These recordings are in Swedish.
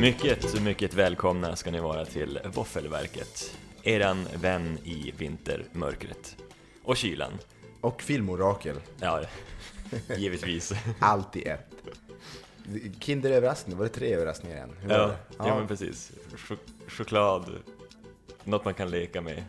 Mycket, mycket välkomna ska ni vara till Våffelverket. Eran vän i vintermörkret. Och kylan. Och filmorakel, Ja, givetvis. allt i ett. Kinderöverraskning, var det tre överraskningar än? Hur var Ja, det? ja men precis. Chok- choklad, något man kan leka med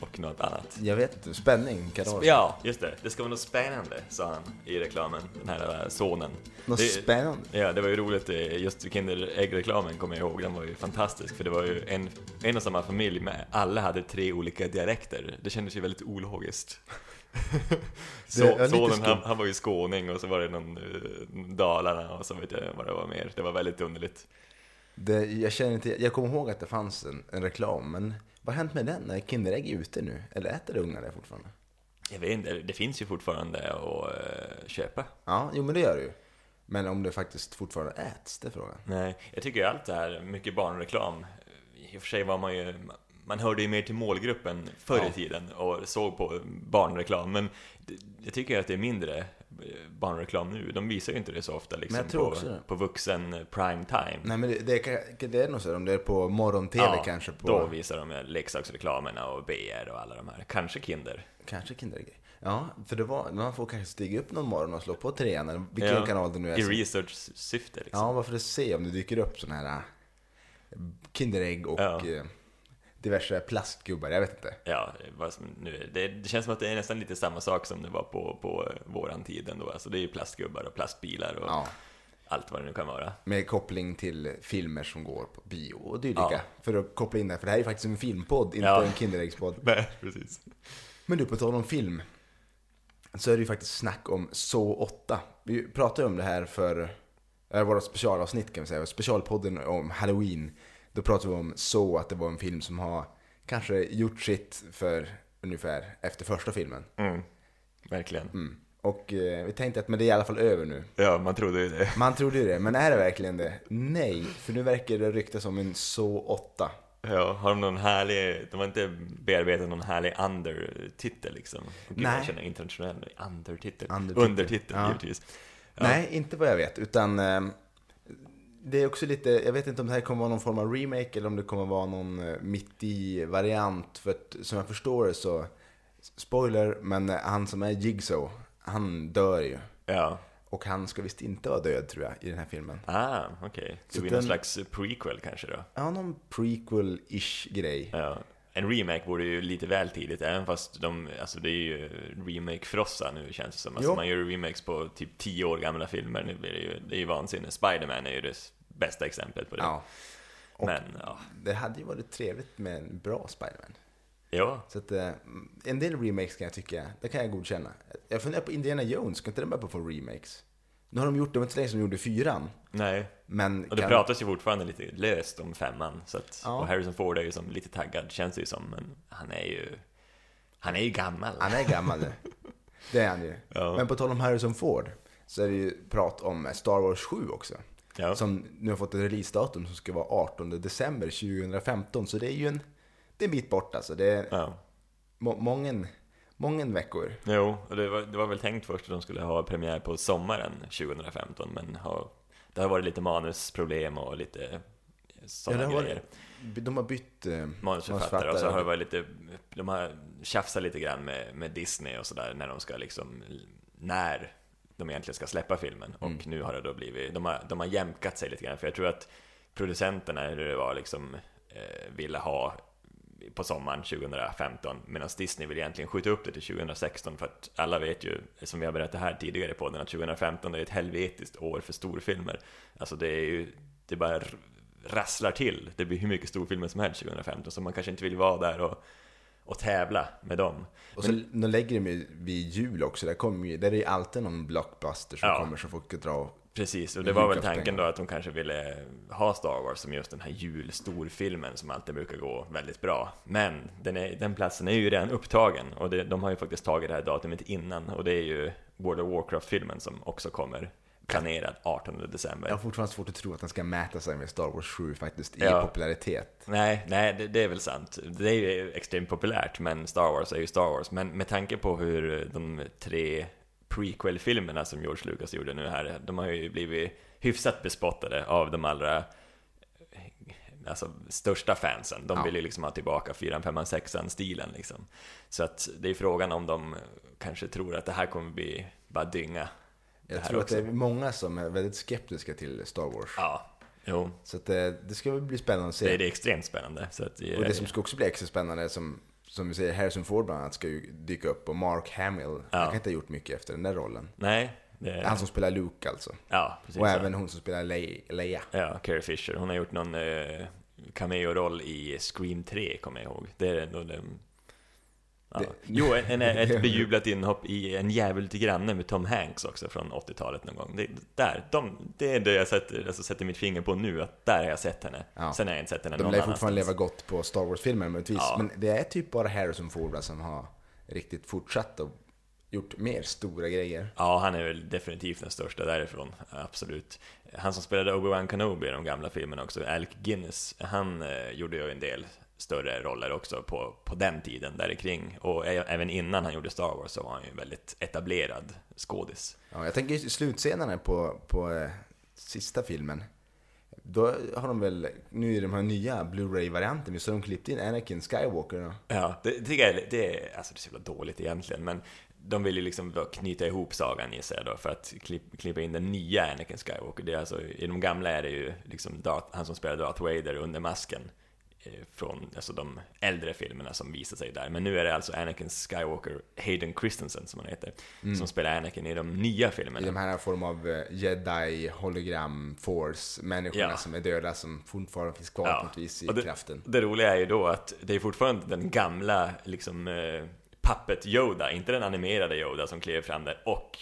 och något annat. Jag vet inte, spänning kan det vara. Ja, just det. Det ska vara något spännande, sa han i reklamen, den här äh, sonen. Något det, spännande. Ja, det var ju roligt. eh, Just Kinderägg-reklamen kommer jag ihåg, den var ju fantastisk. För det var ju en, en och samma familj, men alla hade tre olika dialekter. Det kändes ju väldigt ologiskt. är Så, lite sonen, han, skumt. han var ju skåning och så var det någon eh, Dalarna och så vet jag vad det var mer. Det var väldigt underligt. Det, jag, känner inte, jag kommer ihåg att det fanns en, en reklam, men vad har hänt med den? Är Kinderägg ute nu? Eller äter ungar det fortfarande? Jag vet inte, det finns ju fortfarande att eh, köpa. Ja, jo men det gör det ju. Men om det faktiskt fortfarande äts, det är frågan. Nej, jag tycker ju allt det här, mycket barnreklam, i och för sig var man ju, man hörde ju mer till målgruppen förr i Ja. tiden och såg på barnreklam, men det- jag tycker att det är mindre eh, barnreklam nu. De visar ju inte det så ofta liksom, Men jag tror på, också det. Mm. på vuxen eh, prime time. Nej men det, det, kan- det är nog så, om det är på morgon-tv Ja, kanske. På, Då visar de ju leksaksreklamerna och BR och alla de här. Kanske Kinder. Kanske Kinderägg. Ja, för det var, man får kanske stiga upp någon morgon och slå på trean, eller vilken Ja, kanal det nu är. I som- research-syfte liksom. Ja, varför det se om det dyker upp sådana här eh, Kinderägg och Ja. eh, diverse plastgubbar, jag vet inte. Ja, vad som nu, det, det känns som att det är nästan lite samma sak som det var på, på våran tid ändå. Alltså det är ju plastgubbar och plastbilar och Ja, allt vad det nu kan vara. med koppling till filmer som går på bio och dylika. Ja. För att koppla in det, här, för det här är ju faktiskt en filmpodd, inte Ja. en Kinderäggspodd. Nej, precis. Men du, på tal om film. Så är det ju faktiskt snack om Så 8. Vi pratade ju om det här för eh, våra specialavsnitt kan vi säga. Specialpodden om Halloween. Då pratade vi om Så, att det var en film som har kanske gjort sitt för ungefär efter första filmen. Mm, verkligen. Mm. Och eh, vi tänkte att men det är i alla fall över nu. Ja, man trodde ju det. Man trodde ju det, men är det verkligen det? Nej, för nu verkar det ryktas om en Så 8. Ja, har de någon härlig, de har inte bearbetat någon härlig under-titel liksom. Gud, Nej. Jag känner internationell under-titel. Undertitel. Undertitel, Ja. givetvis. Ja. Nej, inte vad jag vet, utan eh, det är också lite, jag vet inte om det här kommer vara någon form av remake eller om det kommer vara någon eh, mitt i variant för att som jag förstår det så, spoiler, men eh, han som är Jigsaw, han dör ju. Ja. Och han ska visst inte vara död tror jag i den här filmen. Ah, okej. Så Så det blir den- någon slags prequel kanske då? Ja, någon prequel-ish grej. Ja. En remake vore ju lite väl tidigt, även fast de, alltså det är ju remake-frossa nu känns det som. Alltså Jo. man gör remakes på typ 10 år gamla filmer, nu blir det ju, det är ju vansinne. Spider-Man är ju det bästa exemplet på det. Ja. och- Men ja, Det hade ju varit trevligt med en bra Spiderman. ja. Så att, eh, en del remakes kan jag tycka, det kan jag godkänna. Jag funderar på Indiana Jones, ska inte den börja på remakes? Nu har de gjort, det var inte så länge som de gjorde fyran. Nej. Men Och det kan- pratas ju fortfarande lite löst om femman, så att, Ja. och Harrison Ford är ju som lite taggad, känns det ju som, men han är ju, han är ju gammal. han är gammal nu. Det är han ju. Ja. Men på tal om Harrison Ford, så är det ju prat om Star Wars 7 också. Ja. Som nu har fått ett releasedatum som ska vara 18 december 2015. Så det är ju en, det är en bit bort alltså. Det är Ja. må, mången, mången veckor. Jo, och det var, det var väl tänkt först att de skulle ha premiär på sommaren 2015, men har, det har varit lite manusproblem och lite sådana Ja, det har grejer. De har bytt eh, Manusförfattare och så har det varit lite, de har tjafsat lite grann med, med Disney och sådär när de ska liksom, när de egentligen ska släppa filmen. Och nu har det då blivit, de har, de har jämkat sig lite grann, för jag tror att producenterna, eller det var liksom, eh, ville ha på sommaren 2015 medan Disney vill egentligen skjuta upp det till 2016 för att alla vet ju, som vi har berättat här tidigare i podden, att 2015 är ett helvetiskt år för storfilmer. Alltså det är ju, det bara r- rasslar till. Det blir hur mycket storfilmer som helst 2015 så man kanske inte vill vara där och, och tävla med dem. Och så de lägger de ju vid jul också, där, kommer ju, där är det ju alltid någon blockbuster som Ja. kommer som folk kan dra. Precis, och det Det var väl brukar tanken stänga. då att de kanske ville ha Star Wars som just den här julstorfilmen som alltid brukar gå väldigt bra. Men den, är, den platsen är ju redan upptagen och det, de har ju faktiskt tagit det här datumet innan och det är ju World of Warcraft-filmen som också kommer planerad 18 december. Jag har fortfarande svårt att tro att den ska mäta sig med Star Wars 7 faktiskt i Ja. popularitet. Nej, nej det, det är väl sant. Det är ju extremt populärt, men Star Wars är ju Star Wars. Men med tanke på hur de tre prequel-filmerna som George Lucas gjorde nu här, de har ju blivit hyfsat bespottade av de allra alltså, största fansen. De Ja. vill ju liksom ha tillbaka 4 5 6 stilen liksom. Så att det är frågan om de kanske tror att det här kommer bli bara dynga. det Jag här tror också. att det är många som är väldigt skeptiska till Star Wars. Ja, jo, Så att det, det ska väl bli spännande att se. det, det är extremt spännande. Så att, Och det som ska också bli extra spännande är som, som vi säger, Harrison Ford bland annat ska ju dyka upp och Mark Hamill, han kan inte ha gjort mycket efter den där rollen. Nej, det, Han som spelar Luke alltså. ja, precis. Och ja. även hon som spelar Le- Leia. Ja, Carrie Fisher. Hon har gjort någon eh, cameo-roll i Scream 3, kommer jag ihåg. Det är ändå den... Ja. Det- Jo, en, en, ett bejublat inhopp i En djävul till granne med Tom Hanks också från 80-talet någon gång. Det, där, de, det är det jag sätter, alltså, sätter mitt finger på nu, att där har jag sett henne. Ja. Sen har jag inte sett henne De någon lär ju fortfarande leva annanstans. gott på Star Wars-filmer möjligtvis. Ja. Men det är typ bara Harrison Ford som har riktigt fortsatt och gjort mer stora grejer. Ja, han är väl definitivt den största därifrån, absolut. Han som spelade Obi-Wan Kenobi i de gamla filmerna också, Alec Guinness, han eh, gjorde ju en del större roller också på, på den tiden där kring. Och ä- även innan han gjorde Star Wars så var han ju en väldigt etablerad skådis. Ja, jag tänker i slutscenerna på, på eh, sista filmen. Då har de väl, nu i de här nya Blu-ray-varianten, visst har de klippt in Anakin Skywalker då? Ja, det, det, tycker jag är- det, är- alltså det är så jävla dåligt egentligen, men de vill ju liksom då knyta ihop sagan i sig då för att klipp, klippa in den nya Anakin Skywalker. Det är alltså, I de gamla är det ju liksom Darth, han som spelar Darth Vader under masken eh, från alltså de äldre filmerna som visar sig där. Men nu är det alltså Anakin Skywalker, Hayden Christensen som han heter, som spelar Anakin i de nya I filmerna. de här form av eh, jedi, hologram, force, människorna Ja. som är döda som fortfarande finns kvar på något vis i och det, kraften. Det roliga är ju då att det är fortfarande den gamla liksom eh, pappet Yoda, inte den animerade Yoda som kliver fram där och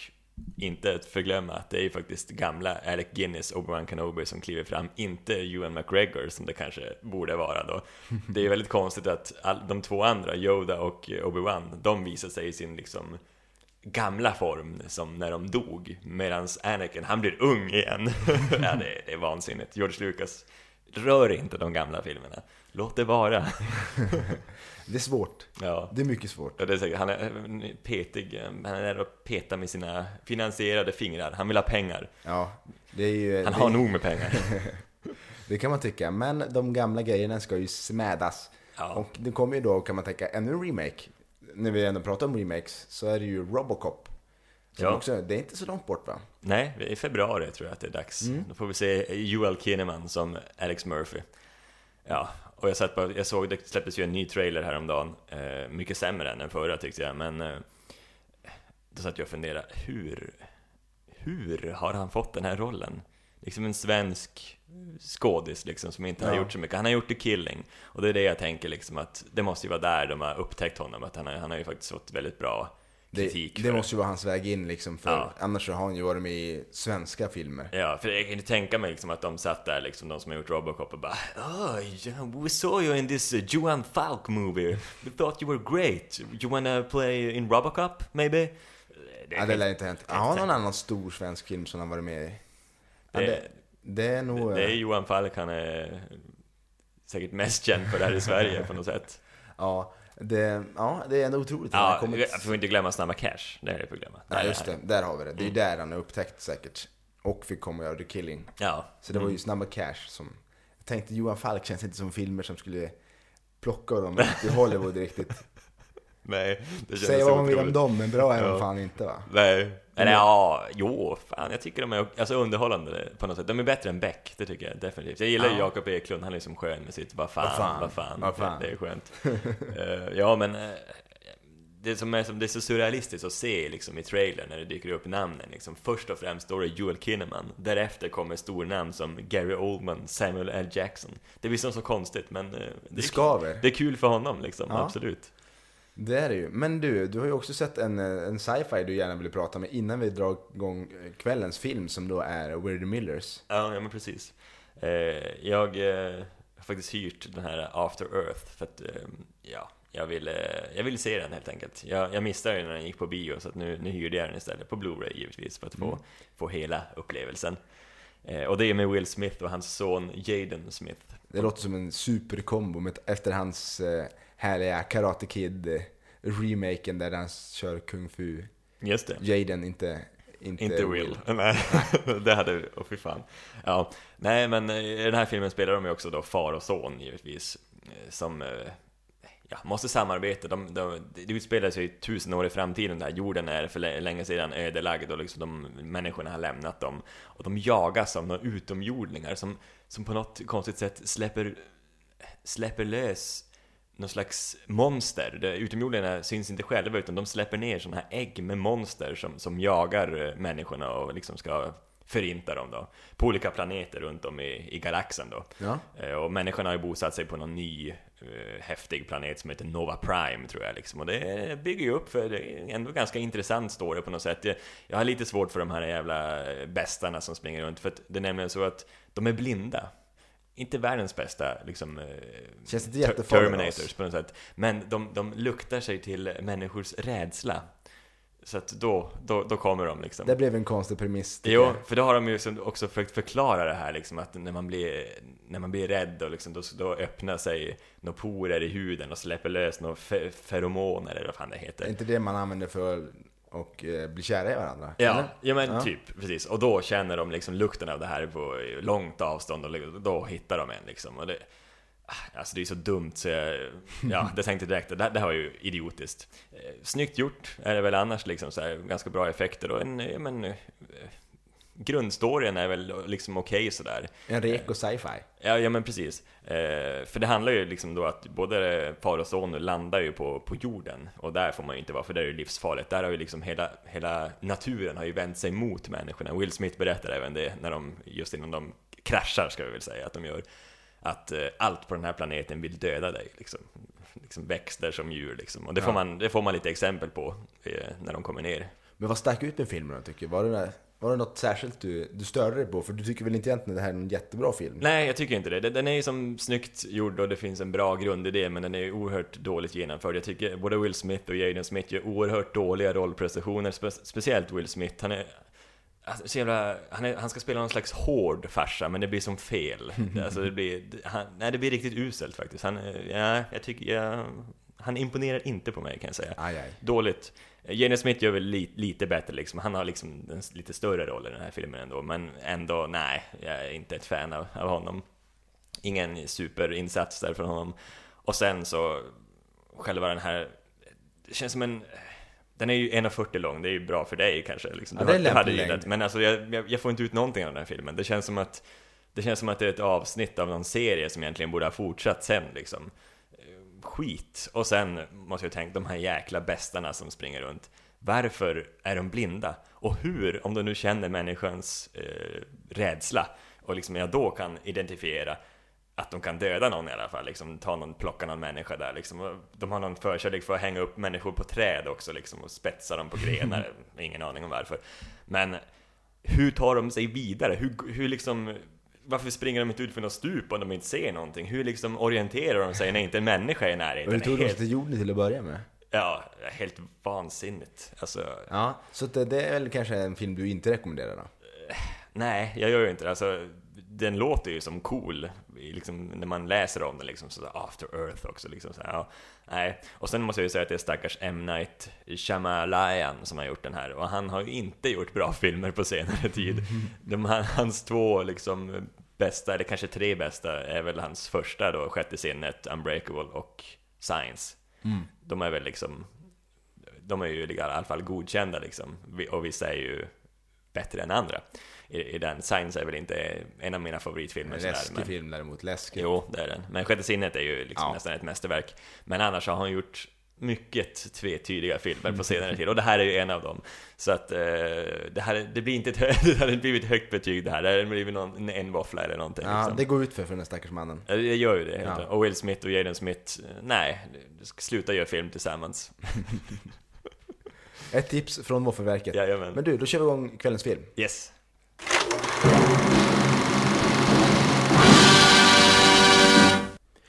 inte att förglömma att det är ju faktiskt gamla Alec Guinness, Obi-Wan Kenobi som kliver fram, inte Ewan McGregor som det kanske borde vara då. Det är ju väldigt konstigt att all, de två andra, Yoda och eh, Obi-Wan, de visar sig i sin liksom gamla form som när de dog medan Anakin, han blir ung igen. ja, det, det är vansinnigt. George Lucas, rör inte de gamla filmerna. Låt det vara. Det är svårt. Ja. Det är mycket svårt. Ja, det är säkert. Han är petig, eh, han är där och petar med sina finansierade fingrar. Han vill ha pengar. Ja, det är ju... Han det, har nog med pengar. Det kan man tycka, men de gamla grejerna ska ju smädas. Ja. Och det kommer ju då, kan man tänka, ännu en remake. När vi ändå pratar om remakes, så är det ju Robocop. Som Ja. också, det är inte så långt bort va? Nej, i februari tror jag att det är dags. Mm. Då får vi se Joel Kinnaman som Alex Murphy. Ja, och jag, satt på, jag såg det släpptes ju en ny trailer häromdagen. Eh, mycket sämre än den förra tyckte jag, men eh, då satt jag och funderade, hur, hur har han fått den här rollen? Liksom en svensk skådis liksom, som inte har Ja. gjort så mycket. Han har gjort The Killing, och det är det jag tänker liksom att det måste ju vara där de har upptäckt honom, att han har, han har ju faktiskt fått väldigt bra Det, kritik. det för- måste ju vara hans väg in liksom, för Ja. annars så har han ju varit med i svenska filmer. Ja, för jag kan ju tänka mig liksom att de satt där, liksom, de som har gjort Robocop och bara Oh, yeah, we saw you in this uh, Johan Falk movie. We thought you were great. You wanna play in Robocop, maybe? Det, Ja, det lär inte ha hänt. det- Har han någon annan stor svensk film som han varit med i? Ja, Det- det, det är nog... det, det är Johan Falk, han är säkert mest känd för det här i Sverige på något sätt. Ja, det, ja, det är ändå otroligt. att han har Ja, kommit- vi får inte glömma Snabba Cash, det är det vi får glömma. Nej, just det. Där har vi det. Det är ju Mm. där han är upptäckt säkert. Och fick komma och göra The Killing. Ja, Så det var ju Snabba Cash som... Jag tänkte Johan Falk känns inte som filmer som skulle plocka dem till Hollywood riktigt. nej, det kändes Säg så vad man vill om otroligt. dem, men bra är Ja. de fan inte va? Nej. Eller ja, jo, fan. Jag tycker de är alltså, underhållande på något sätt. De är bättre än Beck, det tycker jag definitivt. Jag gillar ju Ja. Jakob Eklund, han är liksom skön med sitt vad Vad fan, fan, vad fan. vad fan. Det är skönt. Eh, ja, men eh, det som är, som, det är så surrealistiskt att se liksom, i trailern när det dyker upp namnen. Liksom, först och främst står det Joel Kinnaman, därefter kommer stornamn som Gary Oldman, Samuel L. Jackson. Det blir som så konstigt, men eh, det, Det är kul, skaver. det är kul för honom, liksom, Ja. absolut. Det är det ju. Men du, du har ju också sett en, eh, en sci-fi du gärna ville prata med innan vi drar igång eh, kvällens film som då är We're the Millers. Ja, ja men precis. Eh, jag eh, har faktiskt hyrt den här After Earth för att eh, ja, jag ville, jag ville se den helt enkelt. Jag, jag missade den när den gick på bio så att nu, nu hyrde jag den istället på Blu-ray givetvis för att få, få hela upplevelsen. Eh, och det är med Will Smith och hans son Jaden Smith. Det låter som en superkombo med, efter hans eh, härliga Karate Kid eh, remaken där han kör Kung Fu. Just det. Jaden, inte Inte, Inte Will. Nej, det hade, åh fy fan. Ja, nej men eh, i den här filmen spelar de ju också då far och son givetvis. eh, Som, eh, ja, måste samarbeta. De, de, det utspelar sig ju tusen år i framtiden där. Jorden är för lä- länge sedan ödelagd och liksom de människorna har lämnat dem. Och de jagas av några utomjordingar som, som på något konstigt sätt släpper, släpper lös någon slags monster. Det- Utomjordingarna syns inte själva utan de släpper ner sådana här ägg med monster som, som jagar eh, människorna och liksom ska förinta dem då. På olika planeter runt om i, i galaxen då. Ja. Eh, Och människan har ju bosatt sig på någon ny eh, häftig planet som heter Nova Prime tror jag liksom. Och det bygger ju upp för det är ändå ganska intressant står det på något sätt. Jag- Jag har lite svårt för de här jävla eh, bästarna som springer runt för att det är nämligen så att de är blinda. Inte världens bästa liksom eh, Känns inte ter- jättefarlig Terminators på något sätt. Men de, de luktar sig till människors rädsla. Så att då, då, då kommer de liksom. Det blev en konstig premiss. tycker Jo, jag. för då har de ju liksom också försökt förklara det här liksom att när man blir, när man blir rädd och liksom, då, då öppnar sig några porer i huden och släpper lös några fe, feromoner eller vad fan det Det är heter. inte det man använder för att eh, bli kära i varandra? Ja, eller? ja men Ja. typ, precis. Och då känner de liksom lukten av det här på långt avstånd och då hittar de en liksom. Och det, alltså det är så dumt så jag, ja, det tänkte jag direkt, det, det här var ju idiotiskt. Eh, Snyggt gjort är det väl annars liksom, så här, ganska bra effekter och en, ja, men, eh, grundstoryn är väl liksom okej sådär. En reko sci-fi. Ja, ja men precis. Eh, för det handlar ju liksom då att både far och son landar ju på, på jorden och där får man ju inte vara för där är ju livsfarligt. Där har ju liksom hela, hela naturen har ju vänt sig mot människorna. Will Smith berättar även det när de, just innan de kraschar ska vi väl säga att de gör. Att eh, allt på den här planeten vill döda dig liksom. liksom växter som djur liksom. Och det, får man, det får man lite exempel på eh, när de kommer ner. Men vad stack ut med filmen då, tycker jag? Var det, var det något särskilt du, du störde dig på? För du tycker väl inte egentligen det här är en jättebra film? Nej, jag tycker inte det. Den den är ju som snyggt gjord och det finns en bra grundidé, men den är ju oerhört dåligt genomförd. Jag tycker både Will Smith och Jaden Smith gör oerhört dåliga rollprestationer, spe speciellt Will Smith. Han är... Alltså, så jävla, han, är, han ska spela någon slags hård farsa, men det blir som fel. Alltså, det blir, det- han, nej, det blir riktigt uselt faktiskt. Han, eh, ja, jag tycker, ja, han imponerar inte på mig kan jag säga. Aj, aj. Dåligt. Jenny Smith gör väl li, lite bättre liksom. Han har liksom en s- lite större roll i den här filmen ändå. Men ändå, nej, jag är inte ett fan av, av honom. Ingen superinsats där från honom. Och sen så, själva den här, det känns som en... Den är ju 1,40 lång, det är ju bra för dig kanske. Liksom. Ja, Du det är har- du hade lämplig gillat. längd. Men alltså, jag, jag, jag får inte ut någonting av den här filmen. Det känns som att det känns som att det är ett avsnitt av någon serie som egentligen borde ha fortsatt sen liksom skit. Och sen måste jag tänka, de här jäkla bästarna som springer runt. Varför är de blinda? Och hur, om de nu känner människans eh, rädsla och liksom jag då kan identifiera att de kan döda någon i alla fall, liksom ta någon, plocka någon människa där liksom. Och De har någon förkärlek för att hänga upp människor på träd också liksom och spetsa dem på grenar. Ingen aning om varför. Men hur tar de sig vidare? Hur, hur liksom, varför springer de inte ut för något stup om de inte ser någonting? Hur liksom orienterar de sig när inte en människa är i Och du närheten? tog oss Helt, till jorden till att börja med? ja, helt vansinnigt. Alltså, Ja, så att det, det är väl kanske en film du inte rekommenderar då? nej, jag gör ju inte det. Alltså, den låter ju som cool, i liksom, när man läser om den liksom, så där, after earth också liksom, så här, ja, nej. Och sen måste jag ju säga att det är stackars M. Night Shyamalan som har gjort den här, och han har ju inte gjort bra filmer på senare tid. De, han- hans två liksom bästa, eller kanske tre bästa, är väl hans första då, Sjätte sinnet, Unbreakable och Science. De är väl liksom, de är ju i alla fall godkända liksom, Vi- och vissa är ju bättre än andra. I, i den, Science är väl inte en av mina favoritfilmer En sådär, läskig men- film däremot, läskig. Jo, det är den. Men Sjätte sinnet är ju liksom Ja. nästan ett mästerverk. Men annars har han gjort mycket tvetydiga filmer på senare tid och det här är ju en av dem. Så att eh, det här det blir inte ett, hö- det hade blivit ett högt betyg det här. Det hade blivit någon, en- en våffla eller någonting. Ja, liksom. det går ut för, för den här stackars mannen. Ja, Det gör ju det. helt Ja. klart. Och Will Smith och Jaden Smith, eh, nej, du ska sluta göra film tillsammans. Ett tips från Våffelverket. Jajamän. Men du, då kör vi igång kvällens film. Yes.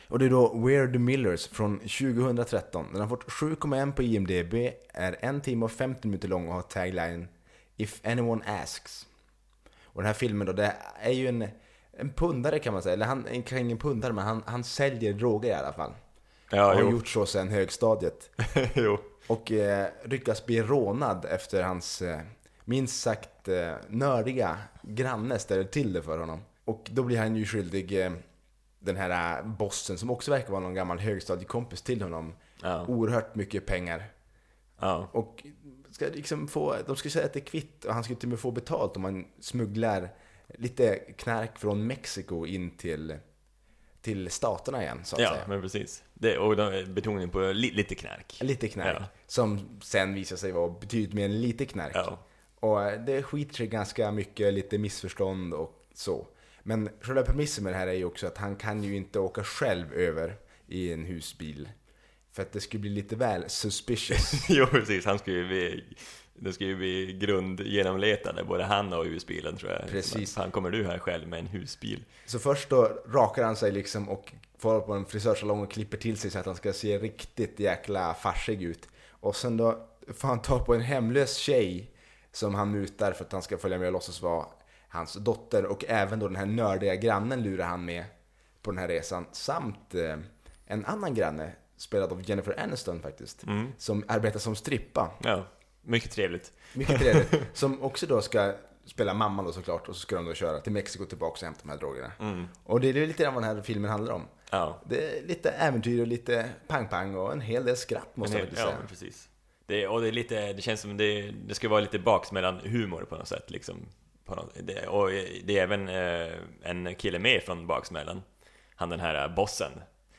Och det är då We're the Millers från 2013. Den har fått 7,1 på IMDB, är en timme och 50 minuter lång och har tagline If anyone asks. Och den här filmen då, det är ju en, en pundare kan man säga. Eller han är ingen pundare, men han, han säljer droger i alla fall. Ja, har jo. gjort så sedan högstadiet. jo. Och eh, lyckas bli rånad efter hans eh, minst sagt eh, nördiga granne ställer till det för honom. Och då blir han ju skyldig eh, den här eh, bossen som också verkar vara någon gammal högstadiekompis till honom Ja. oerhört mycket pengar. Ja. Och ska liksom få, de skulle säga att det är kvitt och han skulle till och med få betalt om han smugglar lite knark från Mexiko in till, till staterna igen så att Ja, säga. men precis. Det, och då, betoningen på li, lite knark. Lite knark. Ja. Som sen visar sig vara betydligt mer än lite knark. Ja. Och det skiter sig ganska mycket, lite missförstånd och så. Men själva premissen med det här är ju också att han kan ju inte åka själv över i en husbil. För att det skulle bli lite väl suspicious. jo, precis. Han ska ju bli, det ska ju bli grundgenomletade, både han och husbilen tror jag. Precis. Han kommer du här själv med en husbil? Så först då rakar han sig liksom och får på en frisörsalong och klipper till sig så att han ska se riktigt jäkla farsig ut. Och sen då får han ta på en hemlös tjej som han mutar för att han ska följa med och låtsas vara hans dotter. Och även då den här nördiga grannen lurar han med på den här resan. Samt eh, en annan granne, spelad av Jennifer Aniston faktiskt, som arbetar som strippa. Ja, mycket trevligt. Mycket trevligt. Som också då ska spela mamman då såklart och så ska de då köra till Mexiko tillbaka och hämta de här drogerna. Mm. Och det är ju lite grann vad den här filmen handlar om. Ja, Det är lite äventyr och lite pang-pang och en hel del skratt måste Men jag det- faktiskt ja, säga. men precis. Det, och det är lite, det känns som det, det ska vara lite baksmällan humor på något sätt liksom. På något, det, och det är även eh, en kille med från baksmällan. Han den här eh, bossen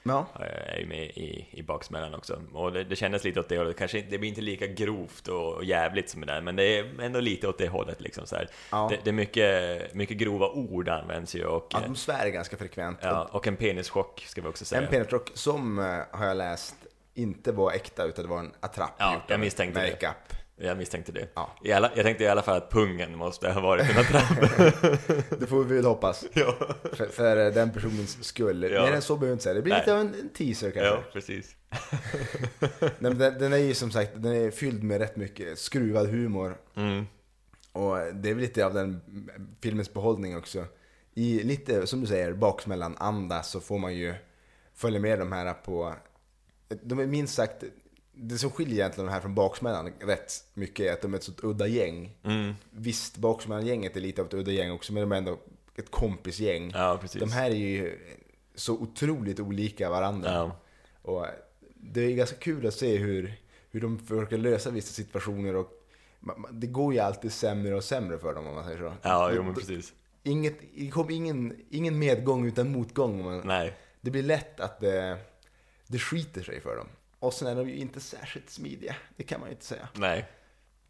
Ja. eh, är ju med i, i baksmällan också. Och det, det kändes lite åt det hållet, kanske inte- det blir inte lika grovt och jävligt som det där, men det är ändå lite åt det hållet liksom så här. Ja. Det, det är mycket, mycket grova ord används ju och, Ja, eh, de svär ganska frekvent. ja, och en penischock ska vi också Och säga. en penetrock som eh, har jag läst inte var äkta utan det var en attrapp Ja, gjord av jag misstänkte det. makeup. Jag misstänkte det. Ja. I alla, jag tänkte i alla fall att pungen måste ha varit en attrapp. Det får vi väl hoppas. för, för eh, den personens skull. Ja. Mer än så behöver vi inte säga. Det blir Nej. lite av en en teaser kanske. Ja, precis. Nej, men den, den är ju som sagt den är fylld med rätt mycket skruvad humor. Mm. Och det är väl lite av den filmens behållning också. I lite, som du säger, baksmällan anda så får man ju följa med de här på... De är minst sagt... Det som skiljer egentligen de här från baksmällan rätt mycket är att de är ett sånt udda gäng. Mm. Visst, baksmällan-gänget är lite av ett udda gäng också, men de är ändå ett kompisgäng. Ja, precis. De här är ju så otroligt olika varandra. Ja. Och det är ganska kul att se hur, hur de försöker lösa vissa situationer och ma- ma- det går ju alltid sämre och sämre för dem om man säger så. Ja, Det- jo men det- precis. Inget, det kom ingen, ingen medgång utan motgång. om Man, Nej. det blir lätt att det, det skiter sig för dem. Och sen är de ju inte särskilt smidiga, det kan man ju inte säga. Nej.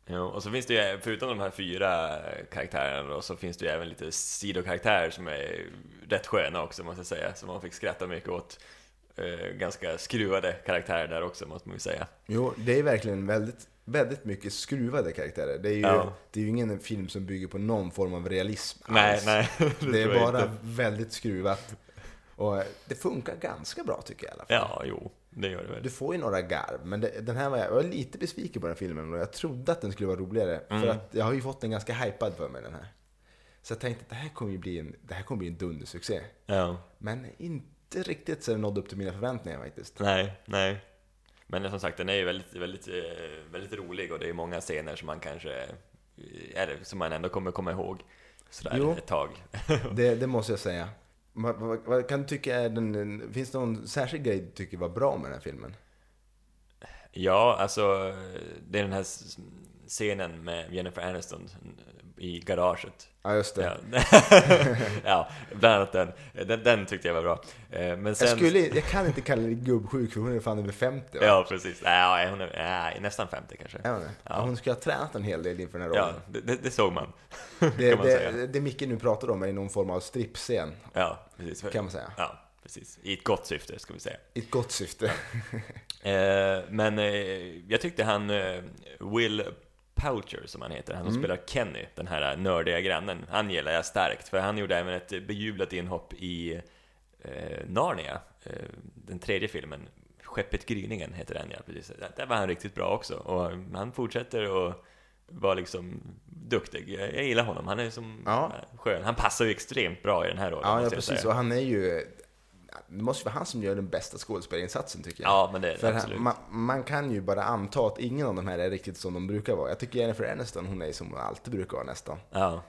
Jo, och så finns det ju, förutom de här fyra karaktärerna då, så finns det ju även lite sidokaraktärer som är rätt sköna också måste jag säga, som man fick skratta mycket åt. Eh, ganska skruvade karaktärer där också måste man ju säga. Jo, det är verkligen väldigt, väldigt mycket skruvade karaktärer. Det är ju, Ja. det är ju ingen film som bygger på någon form av realism Nej, alls. nej. Det, tror är jag bara inte. väldigt skruvat. Och det funkar ganska bra tycker jag i alla fall. Ja, jo, det gör det väl. Du får ju några garv, men det, den här var jag, jag var lite besviken på den här filmen och jag trodde att den skulle vara roligare. För Mm. att jag har ju fått den ganska hypad för mig den här. Så jag tänkte att det här kommer ju bli en, det här kommer bli en dundersuccé. Ja. Men inte riktigt så den nådde upp till mina förväntningar faktiskt. Nej, nej. Men som sagt, den är ju väldigt, väldigt, eh, väldigt rolig och det är många scener som man kanske, eh, är, som man ändå kommer komma ihåg sådär Jo. ett tag. Det, det måste jag säga. Vad, vad, vad kan du tycka är den, finns det någon särskild grej du tycker var bra med den här filmen? Ja, alltså det är den här s- scenen med Jennifer Aniston i garaget. Ja just det. Ja, ja bland annat den. den. Den tyckte jag var bra. Eh, Men sen, Jag, skulle, jag kan inte kalla dig gubbsjuk för hon är fan över 50 va? Ja, precis. Nej, hon är nej, nästan 50 kanske. Är hon det? Ja. Hon skulle ha tränat en hel del inför den här Ja, rollen. det, det, det såg man. det, kan man säga. det, det Micke nu pratar om är någon form av strippscen, Ja, precis. kan man säga. Ja, precis. I ett gott syfte, ska vi säga. I ett gott syfte. Eh, men eh, jag tyckte han eh, Will Poucher som han heter, han som Mm. spelar Kenny, den här nördiga grannen, han gillar jag starkt för han gjorde även ett bejublat inhopp i eh, Narnia, eh, den tredje filmen, Skeppet Gryningen heter den ja, precis. Där, där var han riktigt bra också och han fortsätter att vara liksom duktig. Jag, jag gillar honom, han är som Ja. skön. Han passar ju extremt bra i den här rollen Ja, ja måste jag precis. säga. Och han är ju... det måste ju vara han som gör den bästa skådespelarinsatsen tycker jag. Ja, men det är För det han, absolut. man, man kan ju bara anta att ingen av de här är riktigt som de brukar vara. Jag tycker Jennifer Aniston, hon är som hon alltid brukar vara nästan. Ja,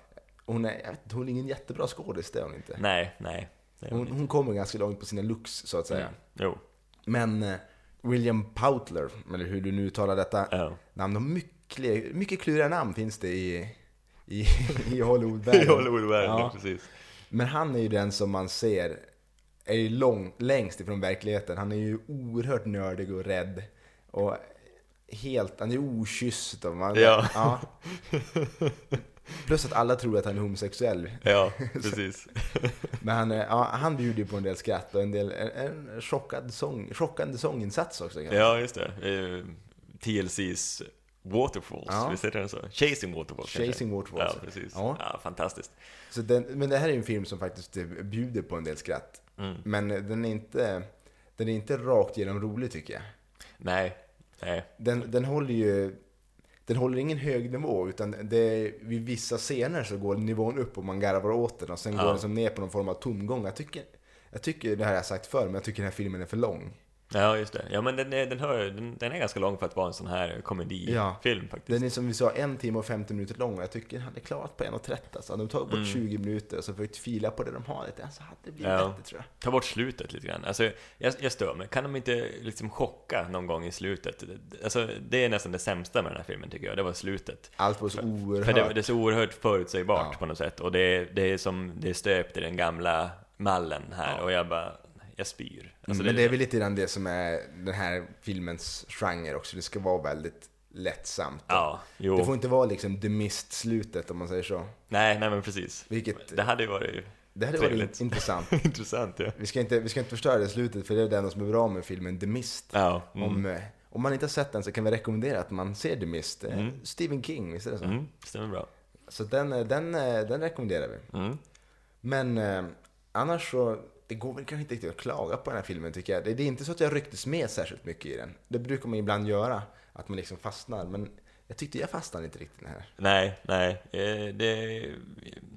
Hon är, jag vet, inte, hon är ingen jättebra skådis, det är hon inte. nej, nej. Det är hon Hon, inte. hon kommer ganska långt på sina looks, så att säga. Mm. Jo, Men eh, William Poutler, eller hur du nu uttalar detta ja. namn, de mycket, mycket kluriga namn finns det i, i, i I Hollywoodvärlden. Hollywoodvärlden, Ja. precis. Men han är ju den som man ser är ju lång, längst ifrån verkligheten. Han är ju oerhört nördig och rädd. Och helt, han är okysst. Och man, Ja. ja. Plus att alla tror att han är homosexuell. Ja, precis. Men han, är- ja, han bjuder ju på en del skratt och en, del, en, en chockad sång, chockande sånginsats också. kanske. Ja, just det. Eh, TLC's Waterfalls, Ja. visst heter den så? Chasing Waterfalls kanske? Chasing Waterfalls. Ja, precis. Ja. Ja, fantastiskt. Så den, men det här är ju en film som faktiskt eh, bjuder på en del skratt. Mm. Men eh, den är inte, den är inte rakt igenom rolig tycker jag. Nej, nej. Den, den håller ju den håller ingen hög nivå utan det är, vid vissa scener så går nivån upp och man garvar åt den och sen Ja. går den som ner på någon form av tomgång. Jag tycker, jag tycker, det här har jag sagt förr, men jag tycker den här filmen är för lång. Ja, just det. Ja, men den är, den, hör, den, den är ganska lång för att vara en sån här komedifilm faktiskt. Den är som vi sa en timme och 50 minuter lång och jag tycker han är klarat på 1.30. Alltså. De tar bort Mm. 20 minuter och så försökt fila på det de har lite. Alltså hade det blivit Ja. bättre tror jag. Ta bort slutet lite grann. Alltså, jag, jag stör mig. Kan de inte liksom chocka någon gång i slutet? Alltså, det är nästan det sämsta med den här filmen tycker jag. Det var slutet. Allt var så För oerhört. det, det är så oerhört förutsägbart Ja. på något sätt. Och det, är- det är som, det är stöpt i den gamla mallen här. Och jag bara, jag spyr. Alltså, Mm, men det är väl lite grann det som är den här filmens genre också. Det ska vara väldigt lättsamt. Ja, jo. Det får inte vara liksom the mist-slutet om man säger så. Nej, nej men precis. Vilket, Det hade ju varit det hade trevligt. varit intressant. intressant ju. Vi ska, inte, vi ska inte förstöra det slutet, för det är det enda som är bra med filmen The Mist. Ja. Mm. Om, eh, om man inte har sett den så kan vi rekommendera att man ser The Mist. Eh, Stephen King, visst är det så? Mm, stämmer bra. Så den, eh, den, eh, den rekommenderar vi. Mm. Men eh, annars så, det går väl kanske inte riktigt att klaga på den här filmen tycker jag. Det, det är inte så att jag rycktes med särskilt mycket i den. Det brukar man ibland göra, att man liksom fastnar. Men jag tyckte jag fastnade inte riktigt i den här. Nej, nej. Eh, Det,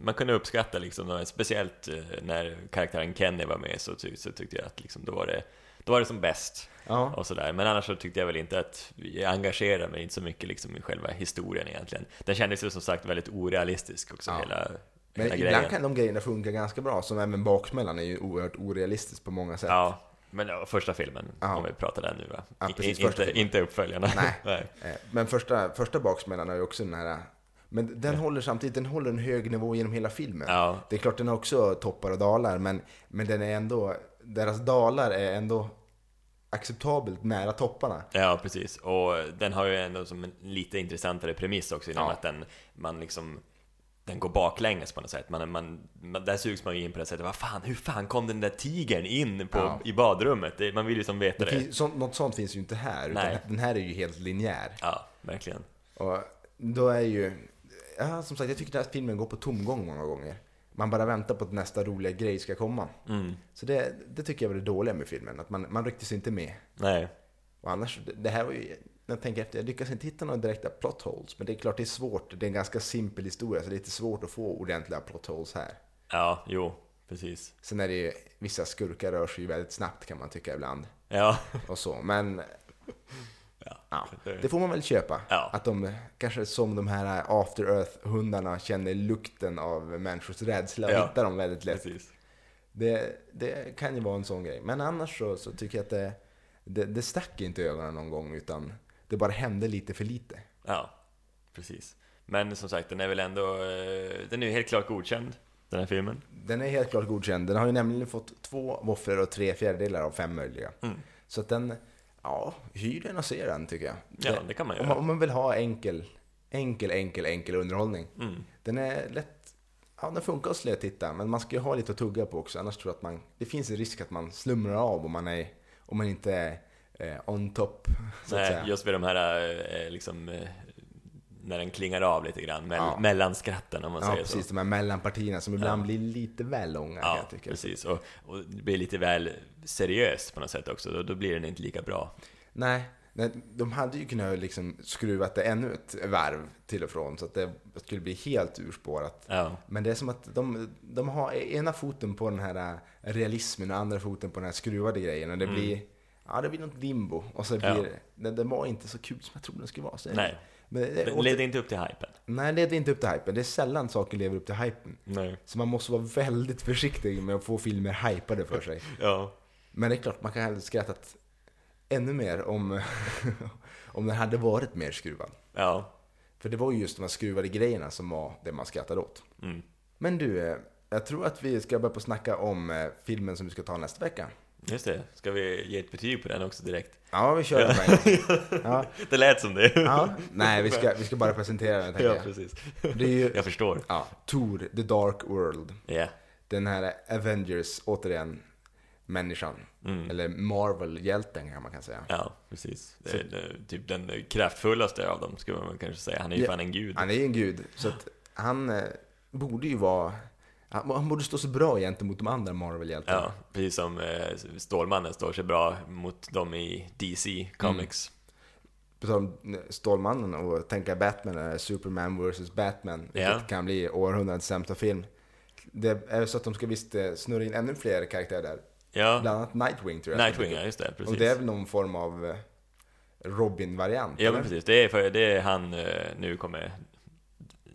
man kunde uppskatta liksom, några- speciellt eh, när karaktären Kenny var med så, ty, så tyckte jag att liksom, då, var det, då var det som bäst. Ja. Och sådär. Men annars så tyckte jag väl inte att jag engagerade mig inte så mycket liksom, i själva historien egentligen. Den kändes ju som sagt väldigt orealistisk också, Ja. hela, Men hela ibland grejen. kan de grejerna funka ganska bra, som även baksmällan är ju oerhört orealistisk på många sätt. Ja, men ja, första filmen, Ja. om vi pratar den nu va? Ja, I- precis, i- första inte, filmen. inte uppföljarna. Nej. nej. Eh, Men första, första baksmällan är ju också den här... Men den håller samtidigt, den håller en hög nivå genom hela filmen. Ja, Det är klart den har också toppar och dalar, men, men den är ändå... Deras dalar är ändå acceptabelt nära topparna. Ja, precis. Och den har ju ändå som en lite intressantare premiss också genom Ja. att den, man liksom, den går baklänges på något sätt. Man, man, man, där sugs man ju in på det sättet. Vad fan, hur fan kom den där tigern in på, Ja. i badrummet? Det, man vill ju som veta Det det. finns, sånt, något sånt finns ju inte här, utan Nej. den här är ju helt linjär. Ja, verkligen. Och då är ju... Ja, som sagt, jag tycker den här filmen går på tomgång många gånger. Man bara väntar på att nästa roliga grej ska komma. Mm. Så det, det tycker jag var det dåliga med filmen, att man, man rycktes inte med. Nej. Och annars, det- det här var ju, när jag tänker efter, jag lyckas inte hitta några direkta plot holes. Men det är klart det är svårt, det är en ganska simpel historia så det är lite svårt att få ordentliga plot holes här. Ja, jo, precis. Sen är det ju, vissa skurkar rör sig ju väldigt snabbt kan man tycka ibland. Ja, Och så, men Ja. ja, det får man väl köpa. Ja. Att de, kanske som de här after earth-hundarna känner lukten av människors rädsla och Ja. hittar dem väldigt lätt. precis. Det, det kan ju vara en sån grej. Men annars så, så tycker jag att det, det, det stack inte i ögonen någon gång utan det bara hände lite för lite. Ja, precis. Men som sagt, den är väl ändå, eh, den är ju helt klart godkänd, den här filmen. Den är helt klart godkänd. Den har ju nämligen fått två våfflor och tre fjärdedelar av fem möjliga. Mm. Så att den, ja, hyr den och se den tycker jag. Ja, det kan man om, göra. man, om man vill ha enkel, enkel, enkel, enkel underhållning. Mm. Den är lätt, ja den funkar att slö titta, men man ska ju ha lite att tugga på också. Annars tror jag att man, det finns en risk att man slumrar av om man, är, om man inte är eh, on top, så att säga. Nej, just vid de här eh, liksom, eh, när den klingar av lite grann, mell- Ja. mellan skratten om man Ja, säger precis. så. De här mellanpartierna som ibland blir lite väl långa kan Ja, jag tycka. precis. Och, och det blir lite väl seriöst på något sätt också, då, då blir den inte lika bra. Nej, Nej, de hade ju kunnat liksom skruvat det ännu ett varv till och från så att det skulle bli helt urspårat. Ja. Men det är som att de, de har ena foten på den här äh, realismen och andra foten på den här skruvade grejen. Och det blir, ja det blir något limbo. Och så Mm. Ja. blir det, den, den var inte så kul som jag trodde den skulle vara. Så Nej. Men det, Det åter- leder inte upp till hypen. nej, det leder inte upp till hypen. Det är sällan saker lever upp till hypen. Nej. Så man måste vara väldigt försiktig med att få filmer hypade för sig. Ja. Men det är klart, man kan hellre skrattat ännu mer om, om den hade varit mer skruvad. Ja. För det var ju just de här skruvade grejerna som var det man skrattade åt. Mm. Men du, eh, jag tror att vi ska börja på att snacka om eh, filmen som vi ska ta nästa vecka. Just det. Ska vi ge ett betyg på den också direkt? Ja, vi kör den på en gång. ja, Det lät som det. ja. Nej, vi ska, vi ska bara presentera den ja tänker precis. jag. Det är ju Jag förstår. ja, Thor, The Dark World. Ja. Den här Avengers, återigen, människan. Eller Marvel-hjälten kan man kan säga. Ja, Mm. precis. Det är, eh, typ den kraftfullaste av dem, skulle man kanske säga. Han är ju Ja. fan en gud. Han är ju en gud, så att han eh, borde ju vara... Han, han borde stå sig bra gentemot de andra Marvel-hjältarna. Ja, precis som eh, Stålmannen står sig bra mot dem i DC Comics. På tal om eh, Stålmannen och tänka Batman, eh, Superman vs Batman, vilket Ja. kan bli århundradets sämsta film. Det är så att de ska visst eh, snurra in ännu fler karaktärer där. Ja, Bland annat Nightwing tror jag. Nightwing, ja just Mm. det, precis. Och det är väl någon form av eh, Robin-variant? Ja eller? men precis, det är, för, det är han, eh, nu kommer,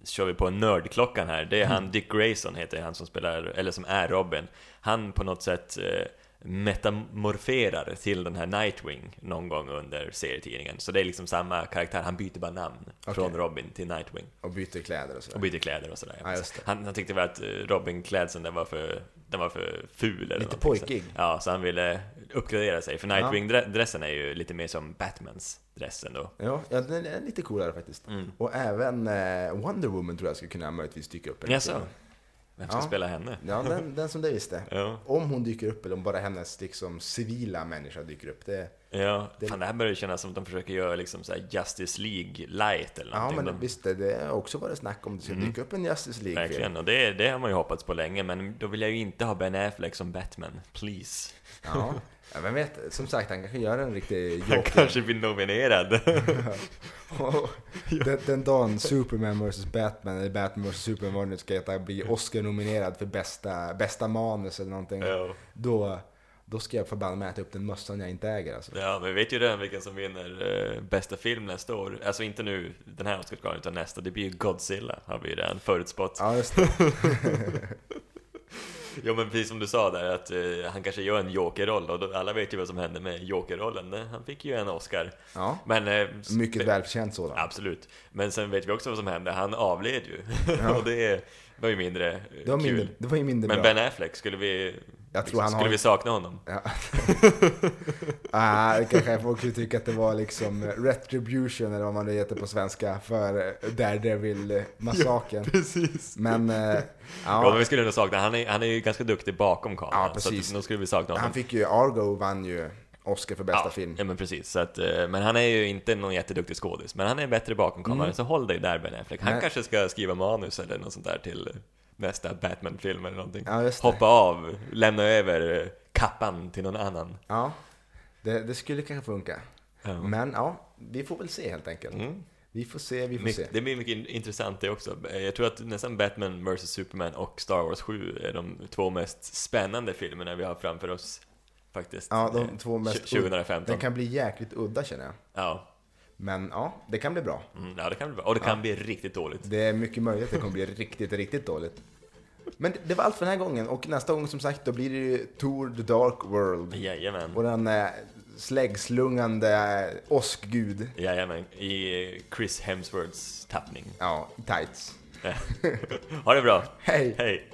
kör vi på nördklockan här. Det är Mm. han, Dick Grayson heter han som spelar, eller som är Robin. Han på något sätt eh, metamorferar till den här Nightwing någon gång under serietidningen. Så det är liksom samma karaktär, han byter bara namn från Okej. Robin till Nightwing. Och byter kläder och Och sådär. byter kläder och sådär. Ja, just det. han, han tyckte väl att eh, Robin-klädseln den var för, den var för ful eller Lite någonting, så- pojkig. Ja, så han ville uppgradera sig. För Nightwing-dressen är ju lite mer som Batmans dress ändå. Ja, ja, den är lite coolare faktiskt. Mm. Och även eh, Wonder Woman tror jag skulle kunna möjligtvis dyka upp. i den här Jaså? filmen. Vem ska Ja. spela henne? Ja, den, den som det visste. Ja. Om hon dyker upp eller om bara hennes liksom, civila människa dyker upp. Det, Ja, Det- fan det här börjar kännas som att de försöker göra liksom så här Justice League light eller ja, någonting. men de, visst, det- det har också varit snack om det ska dyka upp en Justice League-film. verkligen, och det, det har man ju hoppats på länge, men då vill jag ju inte ha Ben Affleck som Batman, please. Ja. ja, vem vet? Som sagt, han kanske gör en riktig Han joker. kanske blir nominerad. Mm. den, den dagen Superman vs Batman, eller Batman vs Superman vad det nu ska heta, blir Mm. Oscar-nominerad för bästa, bästa manus eller någonting. ja. Då, då ska jag förbanne mig äta upp den mössan jag inte äger alltså. ja, men vi vet ju redan vilken som vinner eh, bästa film nästa år. Alltså inte nu den här Oscarsgalan, utan nästa. Det blir ju Godzilla, har vi ju redan förutspått. Ja, just det. Jo men precis som du sa där att eh, han kanske gör en jokerroll och då, alla vet ju vad som hände med jokerrollen. Eh, Han fick ju en Oscar. Ja. Men, eh, s- Mycket välförtjänt sådan. Absolut. Men sen vet vi också vad som hände. Han avled ju. och det var ju mindre eh, Det var, kul. mindre, det var ju mindre men bra. Ben Affleck, skulle vi, liksom, Jag tror han skulle har- vi sakna honom? Ja. ah, kanske folk skulle tycka att det var liksom retribution eller vad man nu heter på svenska för Daredevil-massakern. Precis. Men eh, Ja, men ja, vi skulle ändå sakna han är, han är ju ganska duktig bakom kameran. Ja, precis. Så att, nog skulle vi sakna honom. han fick ju, Argo vann ju Oscar för bästa ja, film. Ja, men precis. Så att, eh, men han är ju inte någon jätteduktig skådis. Men han är bättre bakom kameran, så håll dig där Ben Affleck. Han Mm. Nej. kanske ska skriva manus eller något sånt där till eh, nästa Batman-film eller någonting. Ja, just det. Hoppa av, lämna över eh, kappan till någon annan. Ja, det, det skulle kanske funka. Ja. Mm. Men ja, vi får väl se helt enkelt. Vi får se, vi får se. Mycket, det blir mycket in- intressant det också. Eh, Jag tror att nästan Batman vs Superman och Star Wars 7 är de två mest spännande filmerna vi har framför oss. Faktiskt. Ja, de Eh, två mest... tj- 2015. Den kan bli jäkligt udda känner jag. Ja. men... Men ja, det kan bli bra. mm, ja, det kan bli bra. Och det kan bli riktigt dåligt. Det är mycket möjligt att det kommer bli riktigt, riktigt dåligt. Men det- det var allt för den här gången och nästa gång som sagt då blir det ju Tour the Dark World. Jajamän. Mm. Och den eh, släggslungande eh, åskgud. Jajamän, i Chris Hemsworths tappning. Ja, i tights. ha det bra! Hej! Hej!